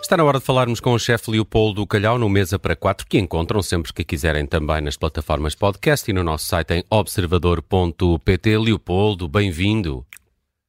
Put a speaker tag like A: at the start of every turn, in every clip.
A: Está na hora de falarmos com o chefe Leopoldo Calhau no Mesa para Quatro, que encontram sempre que quiserem também nas plataformas podcast e no nosso site em observador.pt. Leopoldo, bem-vindo.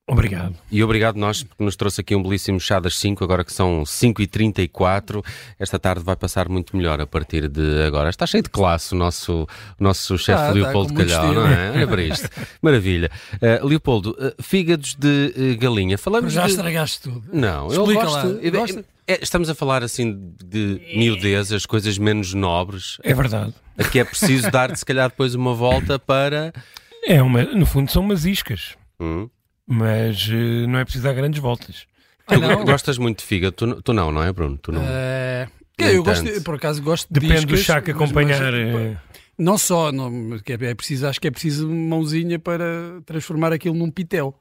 B: Obrigado.
A: E obrigado nós, porque nos trouxe aqui um belíssimo chá das 5, agora que são 5h34. Esta tarde vai passar muito melhor a partir de agora. Está cheio de classe o nosso, o nosso chefe
B: está
A: Leopoldo
B: Ah, tá, com muito
A: Calhau,
B: estilo.
A: não é? Olha para isto. Maravilha. Eh, Leopoldo, eh, fígados de eh, galinha. Falamos
B: Já
A: de...
B: estragaste tudo.
A: Não,
B: Explica
A: eu gosto.
B: lá.
A: eu-
B: Gosta?
A: é, estamos a falar assim de miudezas, coisas menos nobres,
B: É verdade.
A: a que é preciso dar, se calhar, depois uma volta para.
B: É uma, no fundo são umas iscas,
A: Hum?
B: mas eh, não é preciso dar grandes voltas.
A: Tu
C: não?
A: gostas muito de figa, tu, n- tu não, não é, Bruno? Tu não.
B: Ah.
C: É,
A: No
C: eu,
A: entanto.
C: gosto, eu, por acaso, gosto de
B: Depende do
C: iscas,
B: chá que
C: mas-
B: acompanhar.
C: mas-
B: eh,
C: não só, não, que é, é preciso, acho que é preciso mãozinha para transformar aquilo num pitel.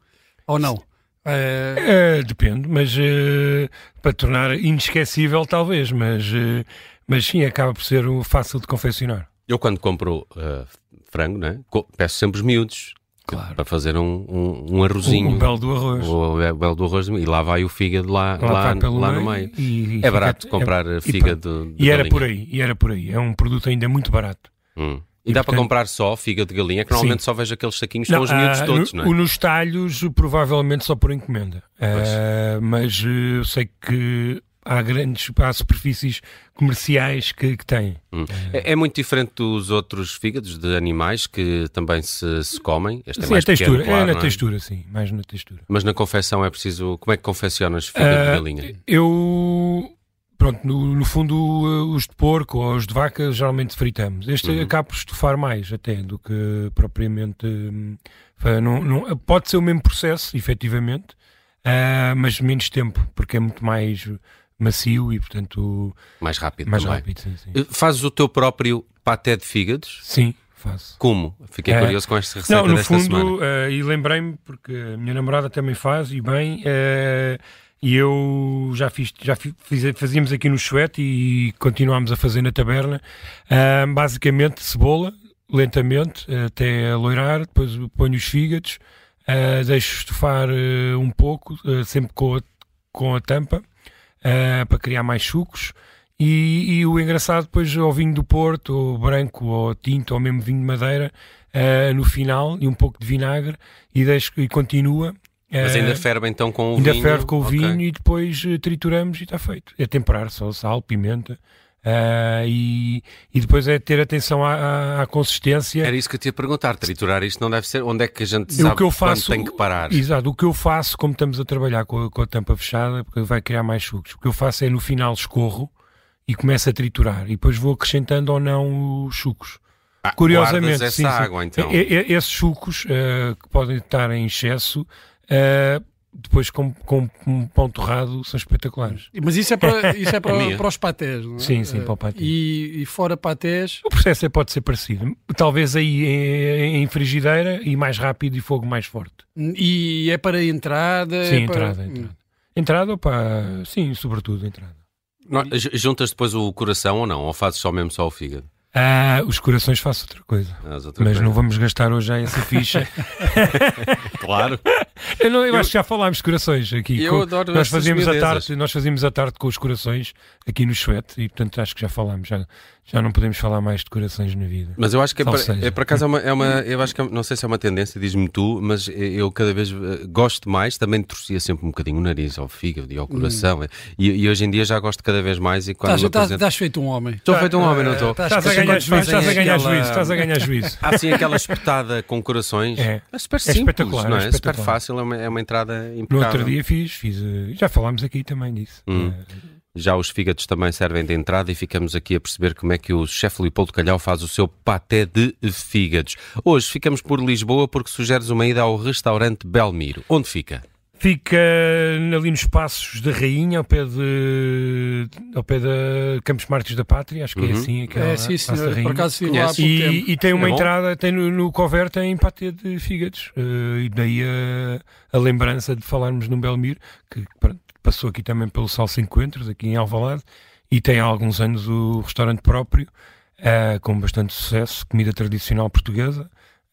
C: Ou não? É,
B: eh, depende, mas eh, para tornar inesquecível talvez, mas, eh, mas sim, acaba por ser o fácil de confeccionar.
A: Eu, quando compro eh, frango, né, co- peço sempre os miúdos
B: Claro.
A: para fazer um, um, um
B: O,
A: arrozinho.
B: o belo do arroz.
A: O be- belo do arroz e lá vai o fígado lá, lá,
B: vai pelo
A: lá no meio.
B: e- e
A: É
B: fica-
A: barato
B: é-
A: comprar
B: e
A: fígado de
B: E era
A: galinha.
B: por aí, e era por aí. É um produto ainda muito barato.
A: Hum. E, dá para
B: portanto-
A: comprar só fígado de galinha, que normalmente
B: Sim.
A: só vejo aqueles saquinhos com os miúdos
B: ah,
A: todos,
B: no-
A: não é?
B: O nos talhos, provavelmente só por encomenda. Ah, mas eh, eu sei que há grandes há superfícies comerciais que, que têm.
A: Hum. É, é muito diferente dos outros fígados de animais que também se, se comem. Este é
B: Sim,
A: mais
B: a textura,
A: pequeno, claro,
B: é na
A: não é?
B: textura, sim, mais na textura.
A: Mas na confecção é preciso. Como é que confeccionas fígado
B: Ah,
A: de galinha?
B: Eu, pronto, no, no fundo, eh, os de porco ou os de vaca geralmente fritamos. Este
A: Uhum.
B: acaba por estufar mais até do que propriamente. hum, fa- Não, não- pode ser o mesmo processo, efetivamente, ah, mas menos tempo, porque é muito mais macio e, portanto,
A: Mais rápido
B: mais
A: também.
B: rápido. Sim, sim.
A: Eh, Fazes o teu próprio paté de fígados?
B: Sim, faço.
A: Como? Fiquei
B: É.
A: curioso com esta receita
B: não, no
A: desta semana.
B: fundo, eh, e lembrei-me, porque a minha namorada também faz, e bem, eh, e eu já fiz, já fi- fiz- fazíamos aqui no chuete e continuámos a fazer na taberna, Ah, basicamente cebola, lentamente, eh, até loirar, depois ponho os fígados, ah, deixo estufar eh, um pouco, eh, sempre com a, com a tampa, ah, para criar mais sucos, e, e o engraçado, depois, ao vinho do Porto, ou branco, ou tinto, ou mesmo vinho de madeira, ah, no final, e um pouco de vinagre, e, deixo, e continua.
A: Mas
B: ah,
A: ainda ferve então com o
B: ainda
A: vinho.
B: ferve com o
A: Ok.
B: vinho e depois eh, trituramos e está feito. É temperar só sal, pimenta, ah, e, e depois é ter atenção à, à- à consistência.
A: Era isso que eu te ia perguntar. Triturar isto não deve ser. Onde é que a gente
B: E
A: sabe
B: o que é. eu
A: quando
B: faço
A: tem que parar?
B: Exato, o que eu faço, como estamos a trabalhar com a, com a tampa fechada, porque vai criar mais sucos, o que eu faço é no final escorro e começo a triturar e depois vou acrescentando ou não os sucos.
A: Ah,
B: Curiosamente,
A: guardas essa
B: sim, sim.
A: água então.
B: E- e- esses sucos eh, que podem estar em excesso, eh, depois com, com um pão torrado, são espetaculares.
C: mas isso é para, isso é
A: Comia.
C: para, para os patés, não é?
B: Sim, sim, para o patê.
C: E, e fora patés,
B: O processo é- pode ser parecido, talvez aí eh, em, em frigideira e mais rápido e fogo mais forte.
C: e é para entrada.
B: sim,
C: é para-
A: Hum.
B: entrada, entrada. Entrada, opa, sim, sobretudo entrada.
A: Não, j- juntas depois o coração ou não? Ou fazes só mesmo só o fígado?
B: Ah, os corações faço outra coisa.
A: As outras
B: Mas
A: coisas.
B: não vamos gastar hoje já essa ficha.
A: Claro.
B: eu, não, eu acho que já falámos de corações aqui.
A: eu
B: Com-
A: adoro
B: nós
A: essas
B: fazíamos a
A: miudezas.
B: tarde, nós fazíamos a tarde com os corações aqui no Chuete e portanto acho que já falámos, já, já não podemos falar mais de corações na vida.
A: Mas eu acho que é, para,
B: Salsicha.
A: é por acaso é uma, é uma- eu acho que é- não sei se é uma tendência, diz-me tu, mas eu cada vez eh, gosto mais, também torcia sempre um bocadinho o nariz ao fígado
B: Hum.
A: e ao coração, eh, e, e hoje em dia já gosto cada vez mais e quando
B: Tá,
C: Estás,
A: me
C: estás-
A: apresento-
C: estás feito um homem.
A: Estou feito um homem,
B: eh,
A: não estou?
C: estás-
B: Estás a
C: Acho que
B: ganhar
C: quando
B: juízo,
C: fazem
B: estás a ganhar
C: aquela-
B: juízo, estás a ganhar juízo.
A: Há assim aquela espetada com corações.
B: É.
A: super
B: É
A: simples,
B: espetacular,
A: não
B: é
A: é? super
B: espetacular.
A: fácil, é uma, é uma entrada
B: No
A: impecável.
B: outro dia fiz, fiz, eh, já falámos aqui também disso.
A: Hum.
B: Eh,
A: Já os fígados também servem de entrada e ficamos aqui a perceber como é que o chefe Leopoldo Calhau faz o seu paté de fígados. Hoje ficamos por Lisboa porque sugeres uma ida ao restaurante Belmiro. Onde fica?
B: Fica ali nos Passos da Rainha, ao pé de, ao pé da Campos Martins da Pátria, acho que é
A: Uhum.
B: assim. Aquela,
C: É, sim,
B: Passo da
C: senhor. Por
B: Rainha.
C: acaso um estive lá há
A: Conhece.
C: pouco tempo.
B: E, e tem uma
A: É bom.
B: entrada, tem no, no cover tem patê de fígados. Eh, e daí a, a lembrança de falarmos no Belmiro, que pronto, passou aqui também pelo Sal 50, aqui em Alvalade, e tem há alguns anos o restaurante próprio, eh, com bastante sucesso, comida tradicional portuguesa.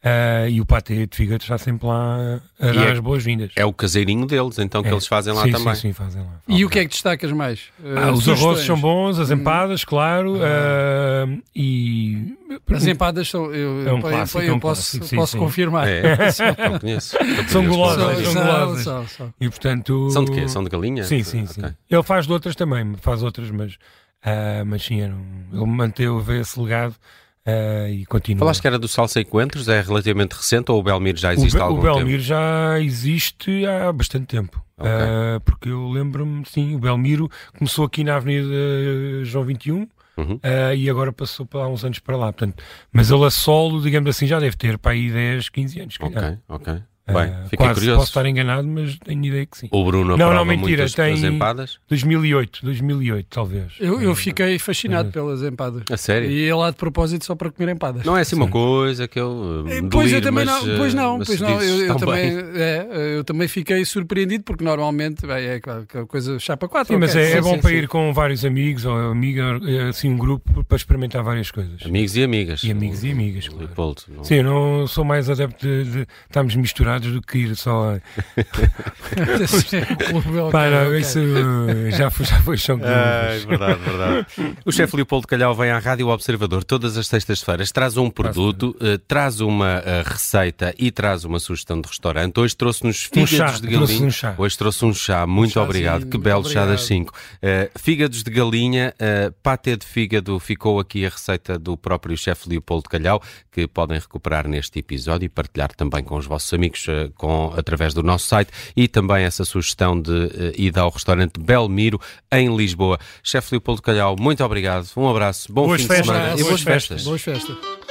B: Ah, e o patê de fígado está sempre lá a
A: E
B: dar
A: é-
B: as boas-vindas.
A: É o caseirinho deles, então, que
B: É.
A: eles fazem lá
B: sim,
A: também.
B: Sim, sim, fazem lá.
C: E o que é que destacas mais?
B: Ah,
C: Eh,
B: os
C: sugestões?
B: arrozes são bons, as empadas, claro, ah, e
C: As empadas são. Eu,
B: É um
C: eu-
B: clássico,
C: eu
B: é um
C: posso,
B: clássico, sim,
C: posso
B: sim.
C: confirmar.
A: É, não conheço. Não conheço, por
B: gulosas,
A: acaso.
B: são gulosas.
C: são, são.
B: E portanto.
A: São de quê? São de galinha?
B: Sim, sim, sim.
A: Ok.
B: Ele faz de outras também, faz outras, mas, ah, mas sim, era um- ele manteve esse legado ah, e continua.
A: Falaste que era do Salsa e Coentros, é relativamente recente ou o Belmiro já
B: o,
A: existe há
B: Be- o
A: algum tempo?
B: Belmir já existe há bastante tempo.
A: Ok.
B: Ah, porque eu lembro-me, sim, o Belmiro começou aqui na Avenida João 21
A: Uhum.
B: ah, e agora passou por há uns anos para lá. Portanto, mas ele a solo, digamos assim, já deve ter para aí 10, 15 anos. se calhar.
A: Ok, ok.
B: Ah,
A: Bem, fiquei
B: quase,
A: curioso.
B: Posso estar enganado, mas tenho ideia que sim.
A: O Bruno
B: Não, não,
A: aprova
B: mentira,
A: muitas
B: tem-
A: das empadas?
B: 2008, 2008 talvez.
C: Eu, eu fiquei fascinado pelas empadas.
A: A É. sério?
C: E ia lá de propósito só para comer empadas.
A: Não é assim uma coisa que eu. eh,
C: Eh,
A: me
C: Pois
A: deliro,
C: eu também
A: mas,
C: não,
A: eh,
C: pois não,
A: mas
C: pois não.
A: dizes
C: Eu, eu
A: tão
C: também,
A: bem.
C: é, eu também fiquei surpreendido porque normalmente bem, é aquela aquela coisa chapa 4.
B: Sim, mas é, é bom para
A: sim.
B: ir com vários amigos ou amiga, eh, assim, um grupo para experimentar várias coisas.
A: Amigos e amigas.
B: E amigos e amigas, claro.
A: Leopoldo, não- é?
B: Sim, eu não sou mais adepto de, de estarmos misturados do que ir só. a-
C: é um
B: Pá, não, isso eh, já foi, já foi chão. que-
A: Ah, é verdade, verdade. O chefe Leopoldo Calhau vem à Rádio Observador todas as sextas-feiras, traz um produto, eh, traz uma eh, receita e traz uma sugestão de restaurante. Hoje trouxe-nos
B: Um
A: fígados
B: chá,
A: de
B: trouxe
A: galinha.
B: um chá.
A: Hoje trouxe um chá, muito
C: chazinho,
A: obrigado. Que
C: muito
A: belo chá das
C: obrigado.
A: 5. fígados de galinha, eh, pâté de fígado, ficou aqui a receita do próprio chefe Leopoldo Calhau, que podem recuperar neste episódio e partilhar também com os vossos amigos eh, com, através do nosso site e também essa sugestão de eh, ida ao restaurante Belmiro, em Lisboa. Chefe Leopoldo Calhau, muito obrigado. Um abraço, bom
B: Boas
A: fim
B: festas,
A: de semana
B: boas
A: e boas
B: festas.
A: festas.
C: Boas festas.